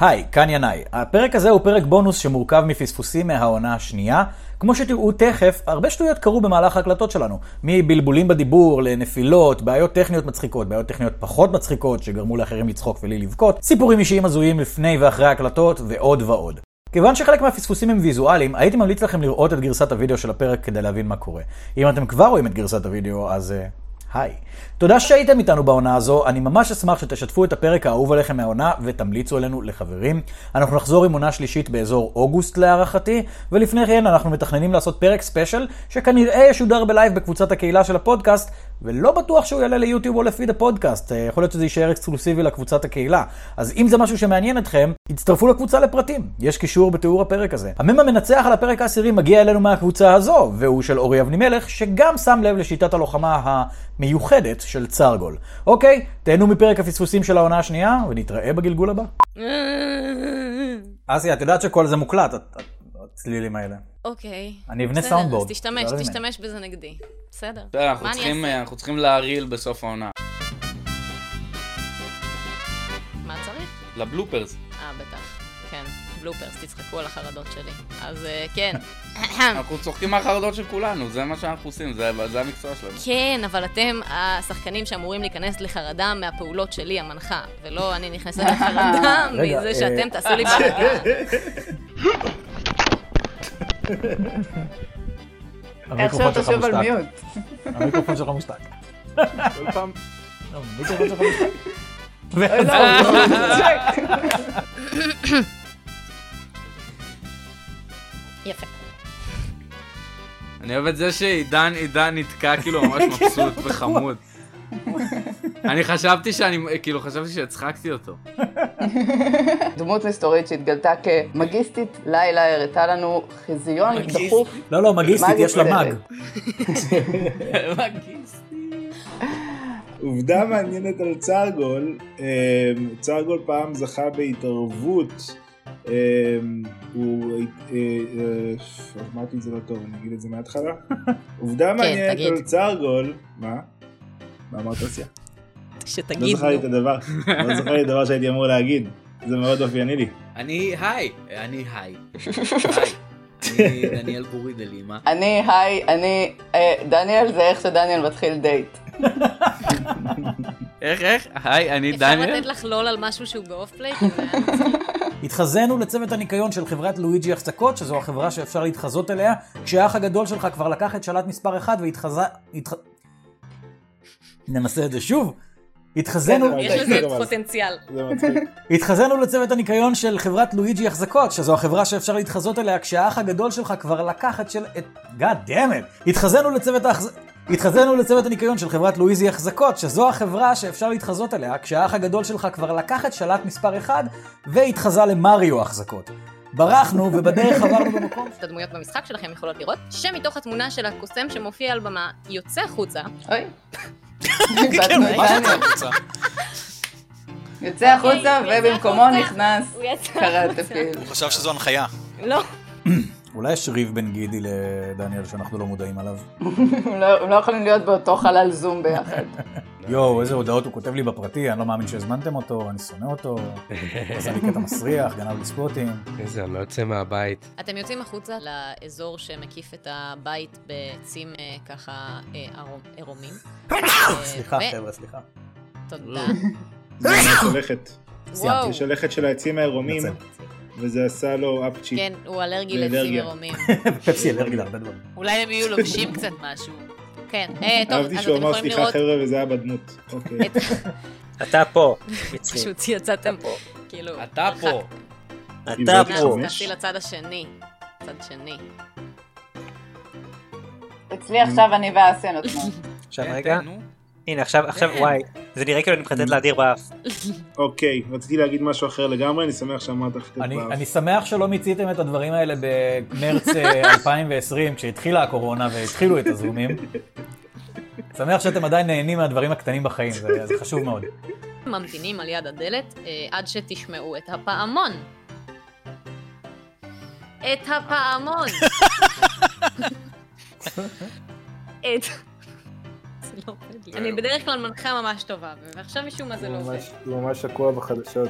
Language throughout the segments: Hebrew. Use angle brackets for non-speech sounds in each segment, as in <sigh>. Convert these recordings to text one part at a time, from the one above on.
היי, כאן ינאי. הפרק הזה הוא פרק בונוס שמורכב מפספוסים מהעונה השנייה. כמו שתראו תכף, הרבה שטויות קרו במהלך ההקלטות שלנו. מבלבולים בדיבור, לנפילות, בעיות טכניות מצחיקות, בעיות טכניות פחות מצחיקות, שגרמו לאחרים לצחוק ולי לבכות, סיפורים אישיים הזויים לפני ואחרי ההקלטות, ועוד ועוד. כיוון שחלק מהפספוסים הם ויזואליים, הייתי ממליץ לכם לראות את גרסת הוידאו של הפרק כדי להבין מה קורה. אם אתם כבר רואים את גרסת הוידאו, אז... אה, היי. תודה שהייתם איתנו בעונה הזו, אני ממש אשמח שתשתפו את הפרק האהוב עליכם מהעונה ותמליצו עלינו לחברים. אנחנו נחזור עם עונה שלישית באזור אוגוסט להערכתי, ולפני כן אנחנו מתכננים לעשות פרק ספיישל, שכנראה ישודר בלייב בקבוצת הקהילה של הפודקאסט, ולא בטוח שהוא יעלה ליוטיוב או לפיד הפודקאסט, אה, יכול להיות שזה יישאר אקסקלוסיבי לקבוצת הקהילה. אז אם זה משהו שמעניין אתכם, הצטרפו לקבוצה לפרטים, יש קישור בתיאור הפרק הזה. המם המנצח על הפרק העשירי מגיע אלינו מהקבוצה הזו, והוא של אורי אבנימלך, שגם שם לב לשיטת הלוחמה המיוחדת של צרגול. אוקיי, תהנו מפרק הפספוסים של העונה השנייה, ונתראה בגלגול הבא. אסיה, את יודעת שכל זה מוקלט, הצלילים האלה. אוקיי. אני אבנה בסדר, סאונדבורד. אז תשתמש, לא באמת. תשתמש בזה נגדי. בסדר. בסדר, אנחנו מה אני צריכים, אעשה? אנחנו צריכים להרעיל בסוף העונה. אה, מה צריך? לבלופרס. אה, בטח. כן, בלופרס, תצחקו על החרדות שלי. אז אה, <laughs> כן. אנחנו צוחקים מהחרדות של כולנו, זה מה שאנחנו עושים, זה, זה המקצוע שלנו. כן, אבל אתם השחקנים שאמורים להיכנס לחרדה מהפעולות שלי, המנחה, ולא אני <laughs> נכנסת לחרדה רגע, אה, מזה שאתם תעשו לי בלאגן. <laughs> עכשיו המיקרופון שלך תשב על מושתק. מיוט. המיקרופון שלך מושתק. כל פעם... לא, המיקרופון שלך מושתק. אוי, לא, צ'ק. יפה. אני אוהב את זה שעידן עידן נתקע כאילו ממש כן, מבסוט וחמוד. אני חשבתי שאני, כאילו חשבתי שהצחקתי אותו. דמות מסתורית שהתגלתה כמגיסטית, לילה הראתה לנו חיזיון מגיסטית. דחוף. לא, לא, מגיסטית, מג יש לה מאג. מפלצת. עובדה מעניינת על צרגול, אמ, צרגול פעם זכה בהתערבות, אמ, הוא, אה, אה, אה, אמרתי את זה לא טוב, אני אגיד את זה <laughs> מההתחלה. עובדה מעניינת כן, תגיד. על צרגול, מה? מה אמרת עשייה? לא שתגיד, זכר לי את נו. הדבר, לא זכר לי את הדבר שהייתי אמור להגיד, זה מאוד אופייני לי. אני היי, אני היי. היי. אני דניאל גורי דלימה. אני, היי, אני, אה, דניאל זה איך שדניאל מתחיל דייט. איך, איך? היי, אני אפשר לתת דניאל. לך לול על משהו שהוא באוף <laughs> פליי? כי זה היה מצחיק. התחזינו לצוות הניקיון של חברת לואיג'י החזקות, שזו החברה שאפשר להתחזות אליה, כשהאח הגדול שלך כבר לקח את שלט מספר 1 והתחזה... התח... ננסה את זה שוב. התחזינו, כן, יש לא, לזה פוטנציאל. זה מצחיק. התחזינו לצוות הניקיון של חברת לואיג'י החזקות, שזו החברה שאפשר להתחזות אליה כשהאח הגדול שלך כבר לקח את של... את... God damn it! התחזינו לצוות ההחז... התחזינו לצוות הניקיון של חברת לואיזי החזקות, שזו החברה שאפשר להתחזות אליה כשהאח הגדול שלך כבר לקח את שלט מספר 1 והתחזה למריו החזקות. ברחנו ובדרך עברנו <laughs> במקום... את הדמויות במשחק שלכם יכולות לראות, שמתוך התמונה של הקוסם שמופיע על במה יוצא החוצה, אוי. בת כן, מותניה. יוצא החוצה אוקיי, ובמקומו יוצא החוצה. נכנס כאילו. הוא יצא קראטפיל. הוא חשב שזו הנחיה. לא. אולי יש ריב בין גידי לדניאל שאנחנו לא מודעים עליו. הם לא- הם לא יכולים להיות באותו חלל זום ביחד. יואו, איזה הודעות הוא כותב לי בפרטי, אני לא מאמין שהזמנתם אותו, אני שונא <laughs> אותו. עשה לי קטע מסריח, גנב לי ספוטים. איזה, אני לא יוצא מהבית. אתם יוצאים החוצה לאזור שמקיף את הבית בעצים אה, ככה אה, ערום- עירומים. אה, סליחה, ו- חבר'ה, סליחה. תודה. <laughs> שלכת. סיימתי. וואו. יש שלכת של העצים העירומים, מתנצל. וזה עשה לו אפצ'י. כן, הוא אלרגי זה לעצים אלרגיה. עירומים. <laughs> פפסי אלרגי להרבה דברים. אולי הם יהיו לובשים קצת משהו. כן, אה, טוב, אהבתי אז שהוא אתם אמר יכולים סליחה לראות חבר'ה וזה היה בדמות. אוקיי. <laughs> אתה פה, מצרי. פשוט יצאתם פה, כאילו, אתה פה. הרחקתם. אתה הבנתי פה. חמש. תעשי לצד השני. צד שני. אצלי עכשיו אני ואסיה נותנות. עכשיו כן, רגע. כן, נו. הנה עכשיו, עכשיו וואי. זה נראה כאילו אני מחטט לאדיר באף. אוקיי, רציתי להגיד משהו אחר לגמרי, אני שמח שאמרת לך את אני- הדבר. אני שמח שלא מיציתם את הדברים האלה במרץ <laughs> אה, 2020, כשהתחילה הקורונה והתחילו את הזומים. שמח שאתם עדיין נהנים מהדברים הקטנים בחיים, זה זה חשוב מאוד. ממתינים על יד הדלת אה, עד שתשמעו את הפעמון. את הפעמון. את... זה לא עובד לי. אני בדרך כלל לא מנחה ממש טובה, ועכשיו משום מה זה לא עובד. הוא ממש שקוע בחדשות.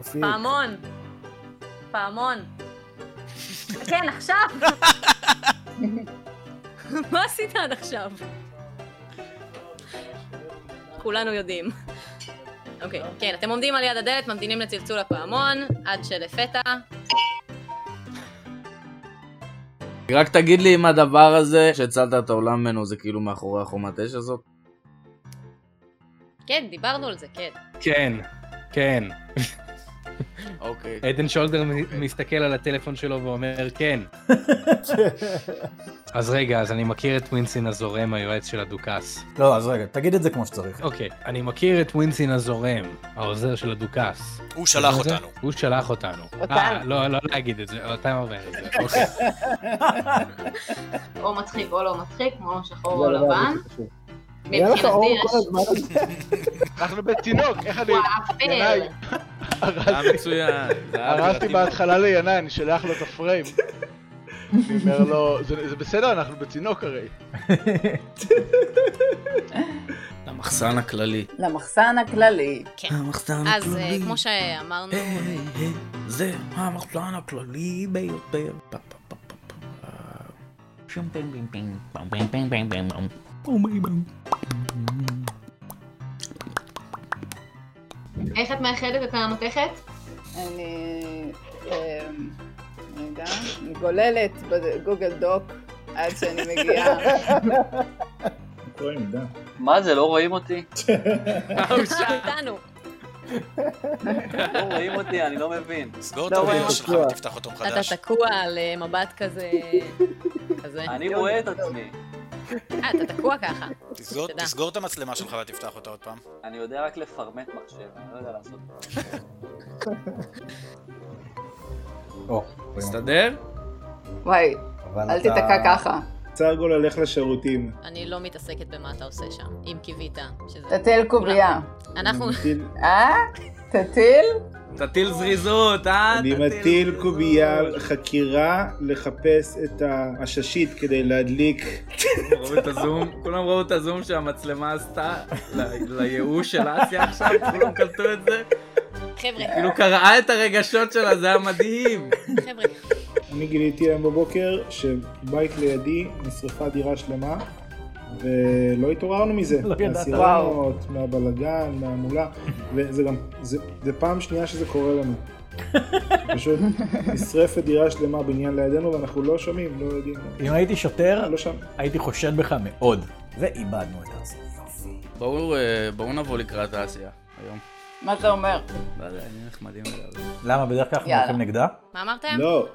אפיק. פעמון. <laughs> פעמון. כן, עכשיו! <laughs> מה עשית עד עכשיו? כולנו יודעים. אוקיי, כן, אתם עומדים על יד הדלת, ממתינים לצלצול הפעמון, עד שלפתע... רק תגיד לי אם הדבר הזה שהצלת את העולם ממנו זה כאילו מאחורי החומת אש הזאת? כן, דיברנו על זה, כן. כן, כן. אוקיי. עדן שולדר מ- מסתכל על הטלפון שלו ואומר כן. אז רגע, אז אני מכיר את ווינסין הזורם, היועץ של הדוכס. לא, אז רגע, תגיד את זה כמו שצריך. אוקיי, אני מכיר את ווינסין הזורם, העוזר של הדוכס. הוא שלח אתה יודע אותנו. זה? הוא שלח אותנו. אותנו. אה, לא, לא להגיד את זה, אתה אומר את זה. אוקיי. או מצחיק או לא מצחיק, כמו שחור לא, או לא, לא, לבן. זה חשוב. היה לך מבחינתי אור יש... כל הזמן הזה. אנחנו בתינוק, איך אני... הוא האפל. ינאי. זה הרס- היה מצוין. זה היה הרסתי אווירתי בהתחלה לינאי, אני שולח לו את הפריים. אני אומר לו, "זה- זה בסדר, אנחנו בצינוק הרי. למחסן הכללי. למחסן הכללי. כן. המחסן אז אה, כמו שאמרנו, זה המחסן הכללי ביותר. פה, פה, פה, פה, פה. שום פינג פינג פינג פינג פינג פינג פינג פינג פינג. Oh איך את מאחדת את המתכת? אני... אמ, רגע, אני גוללת בגוגל דוק עד שאני מגיעה. רואים, יודע. מה זה, לא רואים אותי? אתה איתנו. לא רואים אותי, אני לא מבין. סגור את לא האוריינל רואים שלך ותפתח אותו אתה מחדש. תקוע על אה, מבט כזה... כזה. אני רואה את עצמי. אה, אתה תקוע ככה. תסגור- תדע. תסגור את המצלמה שלך ותפתח אותה עוד פעם. אני יודע רק לפרמט מחשב, אני לא יודע לעשות את זה. או, מסתדר? וואי, אבל אל אתה- תיתקע ככה. צרגול הולך לשירותים. אני לא מתעסקת במה אתה עושה שם, אם קיווית שזה... תטיל קובייה. אנחנו... מטיל- אה? תטיל? תטיל זריזות, אה? אני מטיל קובייה על חקירה לחפש את העששית כדי להדליק. ראו את הזום, כולם ראו את הזום שהמצלמה עשתה ל- לייאוש של אסיה עכשיו, כולם קלטו את זה. חבר'ה, כאילו קראה את הרגשות שלה, זה היה מדהים. חבר'ה, אני גיליתי היום בבוקר שבית לידי נשרפה דירה שלמה, ולא התעוררנו מזה. לא ידעתי. מהסירנות, מהבלגן, מהמולה, וזה גם, זה זה פעם שנייה שזה קורה לנו. פשוט נשרפת דירה שלמה בניין לידינו ואנחנו לא שומעים, לא יודעים. אם הייתי שוטר, לא שם. הייתי חושד בך מאוד. ואיבדנו את עצמי. בואו אה, בואו נבוא לקראת אסיה היום. מה זה אומר? לא יודע, נהיה נחמדים אליו. למה? בדרך כלל אנחנו יאללה. הולכים נגדה? מה אמרתם? לא,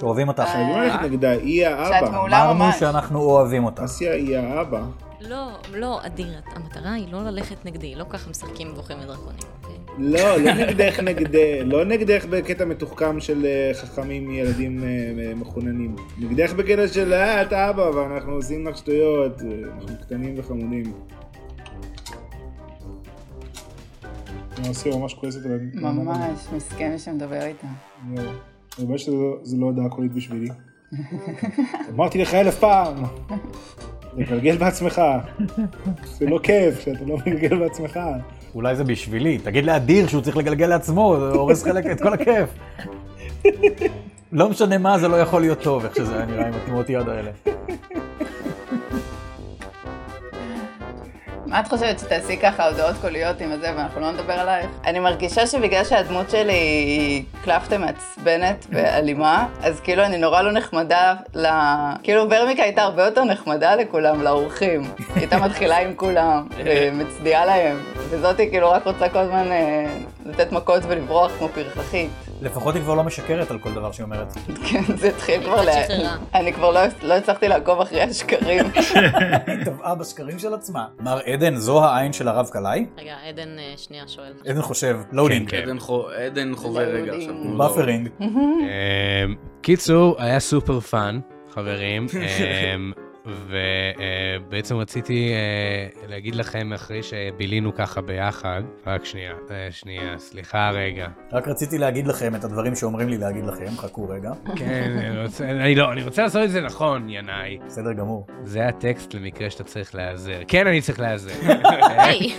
שאוהבים אותך. חייבים ללכת נגדה, היא אה. שאת האבא. מעולה אמרנו ממש. שאנחנו אוהבים אותך. אסיה היא האבא. לא, לא, אדיר, המטרה היא לא ללכת נגדי, לא ככה משחקים בבוכים ודרקונים, אוקיי? לא, לא נגדך נגד... לא נגדך בקטע מתוחכם של אה, חכמים ילדים אה, אה, מחוננים. נגדך בקטע של אה, את אבא, ואנחנו עושים לך שטויות, אה, אנחנו קטנים וחמודים. אסיה ממש כועסת עליי. ממש, מסכן מי שמדבר איתה. יואו. אני רואה שזה לא- זה לא הודעה קולית בשבילי. אמרתי לך אלף פעם, לגלגל בעצמך. זה לא כיף שאתה לא מגלגל בעצמך. אולי זה בשבילי, תגיד לאדיר שהוא צריך לגלגל לעצמו, זה הורס חלק את כל הכיף. לא משנה מה, זה לא יכול להיות טוב, איך שזה היה נראה עם התנועות יד האלה. מה את חושבת שתעשי ככה הודעות קוליות עם הזה ואנחנו לא נדבר עלייך? אני מרגישה שבגלל שהדמות שלי היא קלפטה מעצבנת ואלימה, אז כאילו אני נורא לא נחמדה ל... כאילו ברמיקה הייתה הרבה יותר נחמדה לכולם, לאורחים. היא הייתה מתחילה עם כולם ומצדיעה להם, וזאתי כאילו רק רוצה כל הזמן אה, לתת מכות ולברוח כמו פרחחית. לפחות היא כבר לא משקרת על כל דבר שהיא אומרת. כן, <laughs> זה התחיל כבר ל... קצת שחררה. אני כבר לא- לא הצלחתי לעקוב אחרי <laughs> השקרים. היא טבעה בשקרים של עצמה. מר עדן, זו העין של הרב קלעי? רגע, עדן אה, שנייה שואל. עדן חושב, לואודינג, עדן חו- עדן חווה רגע עכשיו. תנו לו. באפרינג. אמ, קיצור, היה סופר פאן, חברים, אמ, ובעצם רציתי אה, להגיד לכם אחרי שבילינו ככה ביחד, רק שנייה, אה, שנייה, סליחה רגע. רק רציתי להגיד לכם את הדברים שאומרים לי להגיד לכם, חכו רגע. <laughs> כן, אני רוצה- אני לא, אני רוצה לעשות את זה נכון, ינאי. בסדר גמור. זה הטקסט למקרה שאתה צריך להיעזר. כן, אני צריך להיעזר. היי!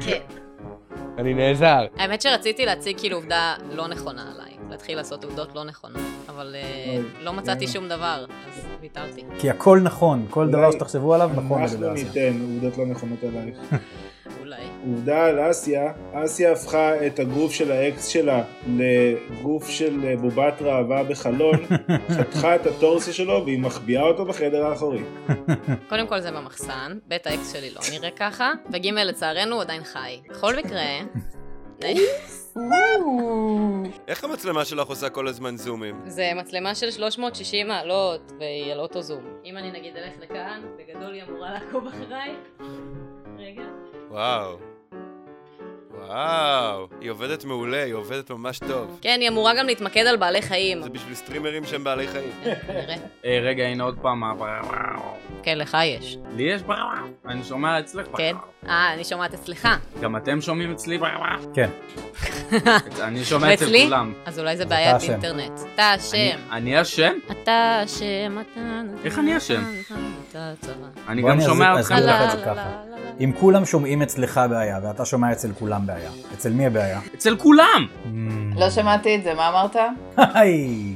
כן. אני נעזר. האמת שרציתי להציג כאילו עובדה לא נכונה עליי. להתחיל לעשות עובדות לא נכונות, אבל אה, אוי, לא מצאתי אה. שום דבר, אז ויתרתי. כי הכל נכון, כל דבר אולי שתחשבו עליו נכון אנחנו לדבר הזה. ניתן עובדות לא נכונות עלייך. אולי. עובדה על אסיה, אסיה הפכה את הגוף של האקס שלה לגוף של אה, בובת ראווה בחלון, חתכה את הטורסיה שלו והיא מחביאה אותו בחדר האחורי. קודם כל זה במחסן, בית האקס שלי לא נראה ככה, וג' לצערנו הוא עדיין חי. בכל מקרה... איך המצלמה שלך עושה כל הזמן זומים? זה מצלמה של 360 מעלות, והיא על אוטו זום. אם אני נגיד אלך לכאן, בגדול היא אמורה לעקוב אחריי. רגע. וואו. וואו. היא עובדת מעולה, היא עובדת ממש טוב. כן, היא אמורה גם להתמקד על בעלי חיים. זה בשביל סטרימרים שהם בעלי חיים. נראה. היי, אה, רגע, הנה עוד פעם. ה- כן, לך יש. לי יש בררה. אני שומע אצלך. כן? אה, אני שומעת אצלך. גם אתם שומעים אצלי בררה. <laughs> כן. אני שומע אצל ואצלי? כולם. אז אולי זה בעיית אשם. אינטרנט. אתה אשם. אני- אני אשם? אתה אשם, אתה... איך אני אשם? אתה צבא. אני בוא גם שומע אז- אתכם. אסביר לך את זה ככה. אם כולם שומעים אצלך בעיה, ואתה שומע אצל כולם בעיה, אצל מי הבעיה? <laughs> אצל כולם! לא שמעתי את זה, <laughs> מה אמרת? היי!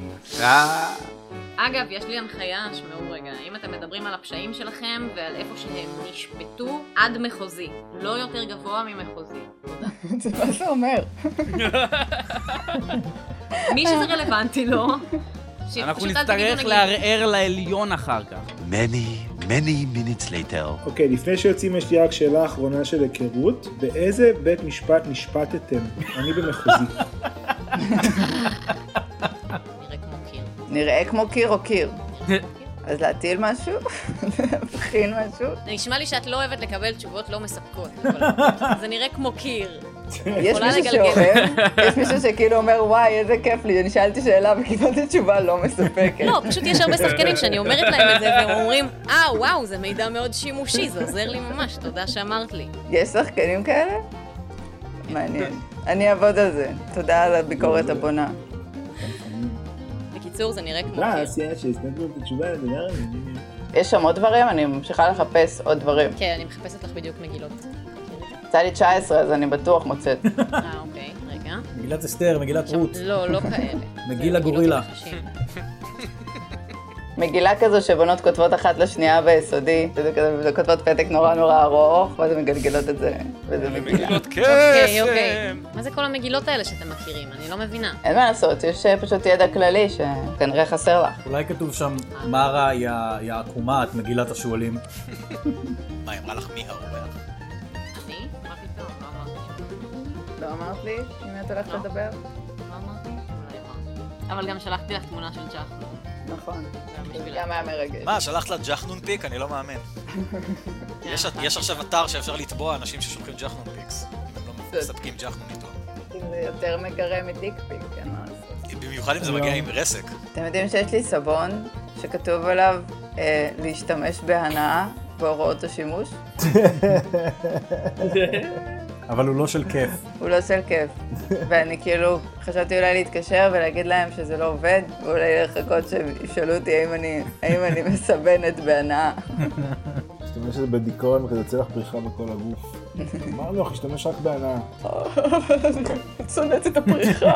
אגב, יש לי הנחיה, שמעו רגע, אם אתם מדברים על הפשעים שלכם ועל איפה שהם נשפטו, עד מחוזי. לא יותר גבוה ממחוזי. זה מה זה אומר? מי שזה רלוונטי <laughs> לו, שפשוט אל אנחנו תגידו, נצטרך נגיד, לערער לעליון אחר כך. <laughs> Many, many minutes later. אוקיי, לפני שיוצאים יש לי רק שאלה אחרונה של היכרות. באיזה בית משפט נשפטתם? אני במחוזי. נראה כמו קיר או קיר. אז להטיל משהו? <laughs> להבחין <laughs> משהו? זה נשמע לי שאת לא אוהבת לקבל תשובות לא מספקות. אבל <laughs> זה נראה כמו קיר. יש יכולה מישהו לגלגל. שאוהב? <laughs> יש מישהו שכאילו אומר, וואי, איזה כיף לי, אני שאלתי שאלה וקיבלתי תשובה לא <laughs> מספקת. לא, פשוט יש הרבה שחקנים שאני אומרת להם את זה, והם אומרים, אה, וואו, זה מידע מאוד שימושי, זה עוזר לי ממש, תודה שאמרת לי. יש שחקנים כאלה? מעניין. אני אעבוד על זה. תודה על הביקורת הבונה. בקיצור, זה נראה כמו אה, קיר. אסיה, שהסתכלו את התשובה לא לדבר הזה. יש שם עוד דברים? אני ממשיכה לחפש עוד דברים. כן, אני מחפשת לך בדיוק מגילות. יצא לי 19, אז אני בטוח מוצאת. אה, אוקיי, רגע. מגילת אסתר, מגילת רות. לא, לא כאלה. מגילה גורילה. מגילה כזו שבנות כותבות אחת לשנייה ביסודי, וזה כזה, וכותבות פתק נורא נורא ארוך, ואז הן מגלגלות את זה, וזה מגילה. אוקיי, אוקיי. מה זה כל המגילות האלה שאתם מכירים? אני לא מבינה. אין מה לעשות, יש אה, פשוט ידע כללי שכנראה חסר לך. אולי כתוב שם, מרה היא ה- היא העקומה, את מגילת השועלים. <laughs> מה, היא אמרה לך מי האורח? אני? מה פתאום? לא לא אמרת לי? עם מי את הולכת לדבר? לא אמרתי. לא. אבל גם שלחתי לך תמונה של צ'חנו. נכון. גם היה מרגש. מה, שלחת לה ג'חנון פיק? אני לא מאמין. יש- יש עכשיו אתר שאפשר לתבוע אנשים ששולחים ג'חנון פיקס. אם הם לא מספקים ג'חנון איתו. אם זה יותר מגרה מדיק פיק, אין מה לעשות. במיוחד אם זה לא- מגיע עם רסק. אתם יודעים שיש לי סבון שכתוב עליו אה, להשתמש בהנאה בהוראות השימוש? אבל הוא לא של כיף. הוא לא עושה <laughs> כיף. ואני כאילו, חשבתי אולי להתקשר ולהגיד להם שזה לא עובד, ואולי לחכות שישאלו אותי האם אני, האם אני מסבנת בהנאה. משתמש בזה בדיכאון וכזה יוצא לך פריחה בכל הגוף. אמרנו לך, השתמש רק בהנאה. צונאת את <laughs> הפריחה.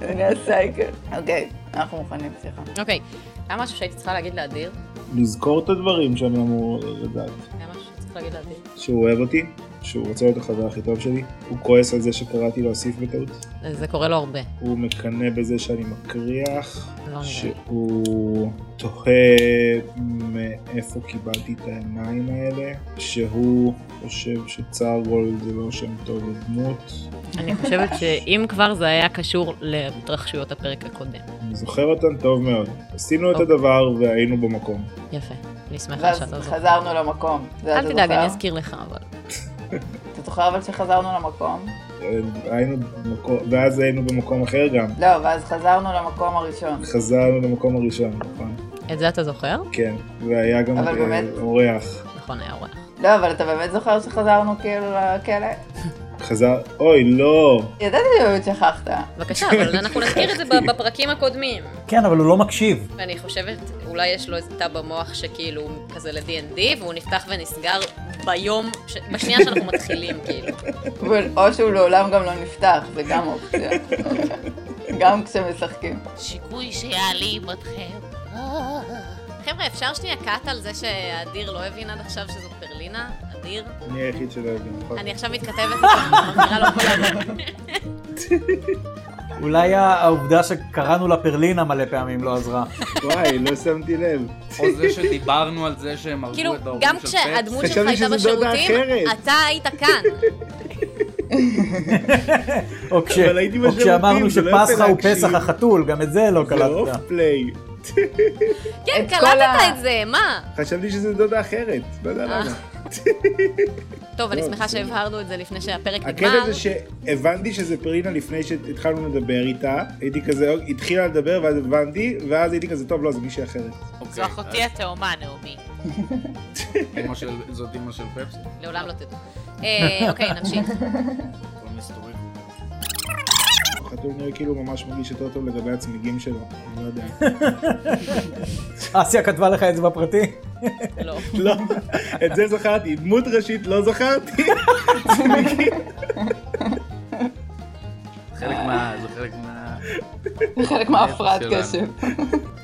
זה נהיה סייקל. אוקיי, אנחנו מוכנים, סליחה. אוקיי, היה משהו שהייתי צריכה להגיד לאדיר? לזכור את הדברים שאני אמור לדעת. היה משהו שצריך להגיד לאדיר? שהוא אוהב אותי, שהוא רוצה להיות החבר הכי טוב שלי, הוא כועס על זה שקראתי להוסיף בטעות, זה קורה לו הרבה. לא הוא מקנא בזה שאני מקריח, נראה לי. שהוא תוהה מאיפה קיבלתי את העיניים האלה, שהוא חושב שצארגול זה לא שם טוב לדמות, אני חושבת שאם כבר זה היה קשור להתרחשויות הפרק הקודם. אני זוכר אותן טוב מאוד. עשינו את הדבר והיינו במקום. יפה, אני שמחה ואז שאתה זוכר. חזרנו למקום. זה אתה אל תדאג, זוכר? אני אזכיר לך אבל. אתה זוכר אבל שחזרנו למקום? אה, היינו במקום, ואז היינו במקום אחר גם. לא, ואז חזרנו למקום הראשון. חזרנו למקום הראשון, נכון? את זה אתה זוכר? כן, והיה גם אבל אה, באמת? אורח. נכון, היה אורח. לא, אבל אתה באמת זוכר שחזרנו כאילו לכלא? חזר, אוי, לא. ידעתי שבאמת שכחת. בבקשה, אבל אנחנו נזכיר את זה ב- בפרקים הקודמים. כן, אבל הוא לא מקשיב. ואני חושבת, אולי יש לו איזה תא במוח שכאילו הוא כזה ל-D&D, והוא נפתח ונסגר ביום, ש- בשנייה שאנחנו מתחילים, כאילו. אבל או שהוא לעולם גם לא נפתח, זה גם אופציה. גם כשמשחקים. שיקוי שיעלים אתכם. חבר'ה, אפשר שנייה קאט על זה שאדיר לא הבין עד עכשיו שזאת ברלינה? אדיר? אני היחיד שלא הבין. נכון. אני עכשיו מתכתבת איתו, אני לא מחזירה לו כל הזמן. אולי העובדה שקראנו לה פרלינה מלא פעמים לא עזרה. וואי, לא שמתי לב. או זה שדיברנו על זה שהם הרגו כאילו, את ההורים של גם פפס. כשהדמות שלך חשבתי הייתה שזו דודה בשירותים, אחרת. אתה היית <laughs> כאן. או כש- אבל הייתי או כשאמרנו בשירותים, זה לא יפה שפסחא הוא להקשיב. פסח החתול, גם את זה לא זה אוף קלטת. פליי. כן, את כל קלטת ה- את זה, מה? חשבתי שזו דודה אחרת, לא יודע אה. למה. טוב, אני לא, שמחה שהבהרנו את זה לפני שהפרק הקטע נגמר. זה שהבנתי שזה פרינה לפני שהתחלנו לדבר איתה, הייתי כזה, התחילה לדבר ואז הבנתי, ואז הייתי כזה, טוב, לא, זה מישהי אחרת. זו אחותי התאומה, נעמי. אמא של- אוקיי. זאת אימא של פפסי. לעולם לא תדעו. אה, אוקיי, נמשיך. כל מיני סטורים. החתול נראה כאילו ממש מרגיש יותר טוב לגבי הצמיגים שלו, <laughs> אני לא יודע. אסיה כתבה לך את זה בפרטי? לא. לא, את זה זכרתי, דמות ראשית לא <laughs> זכרתי. צמיגים. חלק אה. מה... זה חלק מה... זה חלק מההפרעת קשב.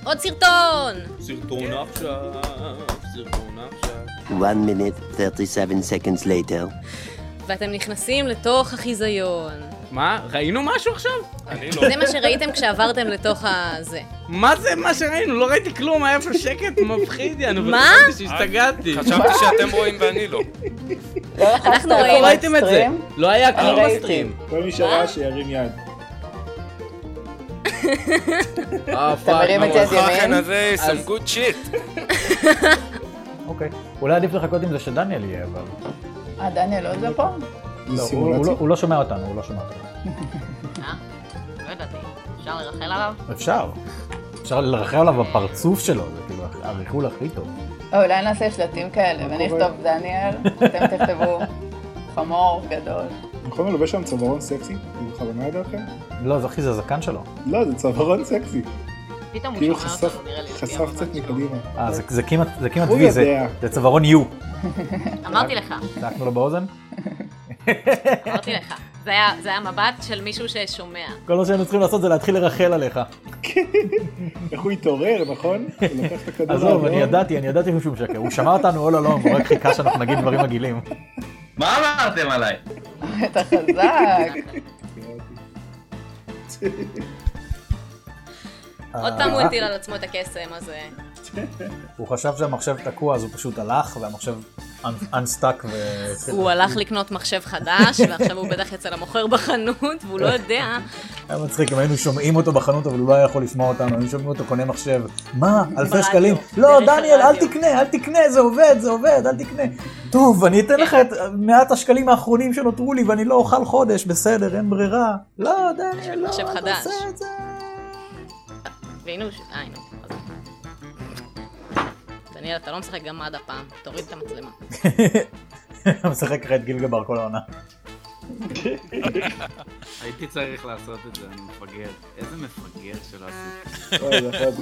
עוד סרטון! סרטון עכשיו, סרטון עכשיו. One minute, 37 seconds later. ואתם נכנסים לתוך החיזיון. מה? ראינו משהו עכשיו? אני לא. זה מה שראיתם כשעברתם לתוך הזה. מה זה מה שראינו? לא ראיתי כלום, היה פה שקט מפחיד, יענו, מה? וחשבתי שהשתגעתי. חשבתי שאתם רואים ואני לא. אנחנו לא ראינו... ראיתם את זה. לא היה אני כלום ראיתי. בסטרים. כל מי שראה שירים יד. אה, אתה מרים את יד ימין? הזה, some good shit. אוקיי. אולי עדיף לחכות עם זה שדניאל יהיה, אבל... אה, דניאל עוד לא פה? לא, הוא- הוא לא- הוא לא שומע אותנו, הוא לא שומע אותנו. אה? לא ידעתי. אפשר לרחל עליו? אפשר. אפשר לרחב עליו בפרצוף שלו, זה כאילו הריחול הכי טוב. או, אה, אולי נעשה שלטים כאלה, ואני אכתוב דניאל, אתם תכתבו חמור גדול. נכון, הוא לובש שם צווארון סקסי? זה בכוונה ידעכם? לא, זה אחי, זה הזקן שלו. לא, זה צווארון סקסי. פתאום כאילו חשף חשף קצת מקדימה. אה, זה- זה כמעט זה כמעט הוא וי, זה- יודע. זה צווארון יו. אמרתי לך, צעקנו לו באוזן. אמרתי לך. זה היה- זה היה מבט של מישהו ששומע. כל מה שהיינו צריכים לעשות זה להתחיל לרחל עליך. איך הוא התעורר, <laughs> נכון? הוא לקח את הכדור עזוב, האדום. אני ידעתי, אני ידעתי שהוא משקר. הוא שמע אותנו או לא, לא, הוא רק חיכה שאנחנו נגיד דברים מגעילים. מה אמרתם עליי? אתה חזק. עוד פעם הוא הטיל על עצמו את הקסם, אז... אה, אה, הוא חשב שהמחשב תקוע, אז הוא פשוט הלך, והמחשב un- unstuck ו... הוא הלך לקנות מחשב חדש, ועכשיו הוא בטח אצל המוכר בחנות, והוא לא יודע. היה מצחיק, אם היינו שומעים אותו בחנות, אבל הוא לא היה יכול לשמוע אותנו, היינו שומעים אותו קונה מחשב. מה? אלפי ברדיו, שקלים? לא, דניאל, אל תקנה, אל תקנה, זה עובד, זה עובד, אל תקנה. טוב, אני אתן לך את מעט השקלים האחרונים שנותרו לי, ואני לא אוכל חודש, בסדר, אין ברירה. לא, דניאל, לא, מחשב חדש. תעשה את זה. <laughs> והנה הוא... ש- אה, הנה. דניאל, אתה לא משחק גם עד הפעם, תוריד את המצלמה. הוא משחק ככה את גיל גבר כל העונה. הייתי צריך לעשות את זה, אני מפגר. איזה מפגר שלא עשיתי. אוי, זה יכול להיות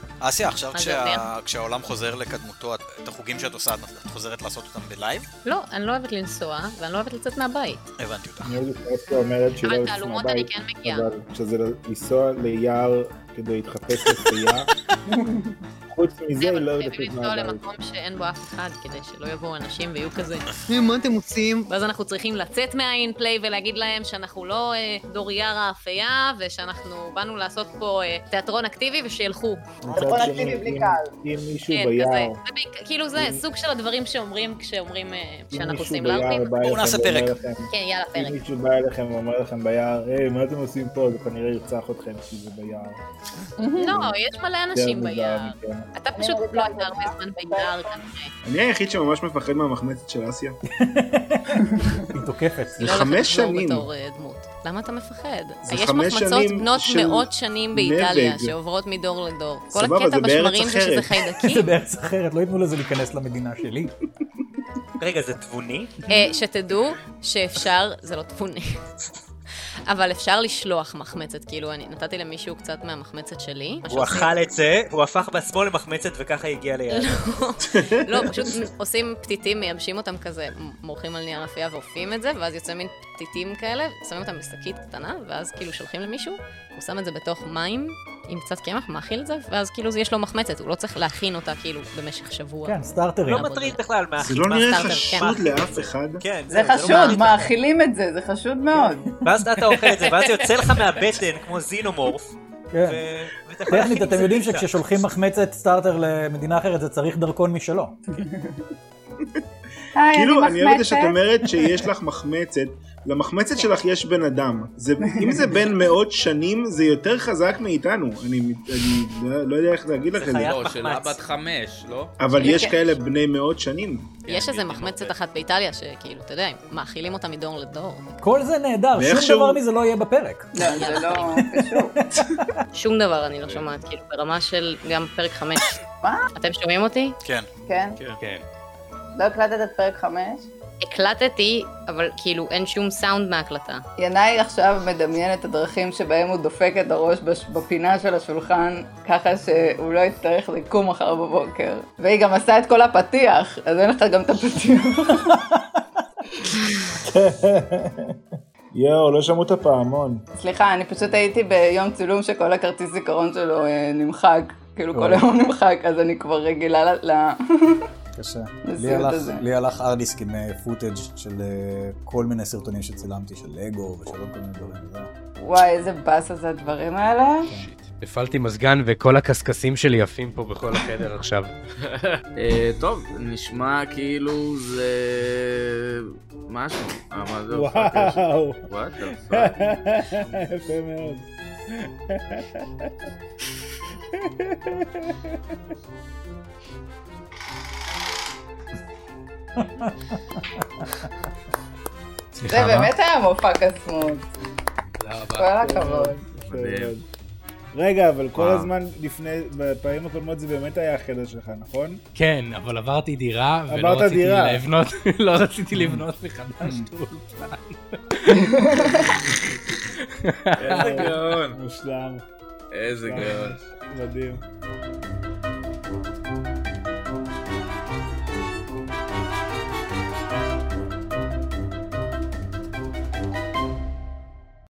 <laughs> אסיה, עכשיו אז כשה- אבנר. כשהעולם חוזר לקדמותו, את- את החוגים שאת עושה, את את חוזרת לעשות אותם בלייב? לא, אני לא אוהבת לנסוע, ואני לא אוהבת לצאת מהבית. הבנתי אותך. אני אוהב את אסיה אומרת שהיא לא אבל יוצאת תעלומות אני מהבית, כן מגיעה. אבל שזה לנסוע ליער כדי להתחפש <laughs> לסייר. חוץ מזה, היא לא יודעת חייבים לנסוע מהבית. למקום שאין בו אף אחד, כדי שלא יבואו אנשים ויהיו כזה, "אה, מה אתם עושים? ואז אנחנו צריכים לצאת מהאינפליי ולהגיד להם שאנחנו לא אה, דוריארה אפיה, ושאנחנו באנו לעשות פה אה, תיאטרון אקטיבי, ושילכו. מצד שני, אם- אם מישהו כן, ביער, כזה. זה בעיק- כאילו זה סוג של הדברים שאומרים כשאומרים אה, אם שאנחנו מישהו עושים ביער לארטים. בא אליכם ואומר לכם- כן, יאללה, אם פרק. מישהו בא אליכם ואומר לכם ביער, היי, מה אתם עושים פה? אז הוא כנראה ירצח אתכם כי זה ביער. לא, יש מלא אנשים יותר כן. מזהה ביער. מכם. אתה פשוט לא היית הרבה זמן ביער כנראה. אני היחיד שממש מפחד מהמחמצת של אסיה. היא תוקפת. זה חמש לא לחזור שנים. בתור אה, דמות. למה אתה מפחד? אה, זה יש חמש מחמצות שנים בנות של מאות שנים באיטליה נבג. שעוברות מדור לדור. כל סבבה, הקטע זה בארץ בשמרים זה שזה אחרת. <laughs> חיידקים. זה בארץ אחרת, לא ייתנו לזה להיכנס למדינה שלי. רגע, זה תבוני? אה, שתדעו שאפשר, זה לא תבונה. <laughs> אבל אפשר לשלוח מחמצת, כאילו, אני נתתי למישהו קצת מהמחמצת שלי. מה הוא שעושים- אכל את זה, הוא הפך בעצמו למחמצת וככה הגיע ליד. <laughs> לא, פשוט עושים פתיתים, מייבשים אותם כזה, מ- מורחים על נייר אפייה ואופים את זה, ואז יוצא מין פתיתים כאלה, שמים אותם בשקית קטנה, ואז כאילו שולחים למישהו, הוא שם את זה בתוך מים עם קצת קמח, מאכיל את זה, ואז כאילו יש לו מחמצת, הוא לא צריך להכין אותה כאילו במשך שבוע. כן, סטארטרים. לא מטריד בכלל מה... זה לא נראה מהסטארטר, חשוד כן. לאף אחד. כן, זה זהו, לא כאילו, חשוד, מעניין. מאכילים את זה, זה חשוד מאוד. ואז אתה אוכל את זה, ואז זה יוצא לך מהבטן כמו זינומורף. כן. ו- ואתה יכול טכנית, להכין עם אתם זה יודעים פיצה. שכששולחים מחמצת סטארטר למדינה אחרת, זה צריך דרכון משלו. היי, כאילו, אני אוהבת את זה שאת מחמצת. אומרת שיש לך מחמצת, למחמצת שלך יש בן אדם. זה- אם זה בן מאות שנים, זה יותר חזק מאיתנו. אני מת- אני לא- לא יודע איך להגיד לך את זה. לא, שלה בת חמש, לא? אבל יש כן. כאלה בני מאות שנים. יש איזה מחמצת אחת באיטליה, שכאילו, אתה יודע, מאכילים אותה מדור לדור. כל זה נהדר, שום ואיכשהו- דבר מזה לא יהיה בפרק. לא, זה לא... <laughs> שום דבר אני לא שומעת, כאילו, ברמה של גם פרק חמש. מה? אתם שומעים אותי? כן. כן? כן. לא הקלטת את פרק חמש? הקלטתי, אבל כאילו אין שום סאונד מההקלטה. ינאי עכשיו מדמיין את הדרכים שבהם הוא דופק את הראש בש- בפינה של השולחן, ככה שהוא לא יצטרך לקום מחר בבוקר. והיא גם עשה את כל הפתיח, אז אין לך גם את הפתיח. <laughs> יואו, לא שמעו את הפעמון. סליחה, אני פשוט הייתי ביום צילום שכל הכרטיס זיכרון שלו אה, נמחק. כאילו כל היום נמחק, אז אני כבר רגילה ל... ל- קשה. לי לסיוט הלך- הזה. לי הלך ארדיסק עם פוטאג' של אה, כל מיני סרטונים שצילמתי, של לגו ושל עוד כל מיני דברים. זה- וואי, איזה באסה זה הדברים האלה. הפעלתי מזגן וכל הקשקשים שלי עפים פה בכל החדר עכשיו. אה, טוב, נשמע כאילו זה... משהו. אבל זה... וואו. What the fuck? יפה מאוד. כן. זה באמת היה מופע קסמות. כל הכבוד. מדהים. רגע, אבל כל וואו. הזמן לפני, בפעמים הקודמות זה באמת היה החדר שלך, נכון? כן, אבל עברתי דירה, ולא עברת רציתי דירה. לבנות, <laughs> לא רציתי לבנות מחדש את האולפן. איזה גאון. מושלם. איזה גאון. מדהים.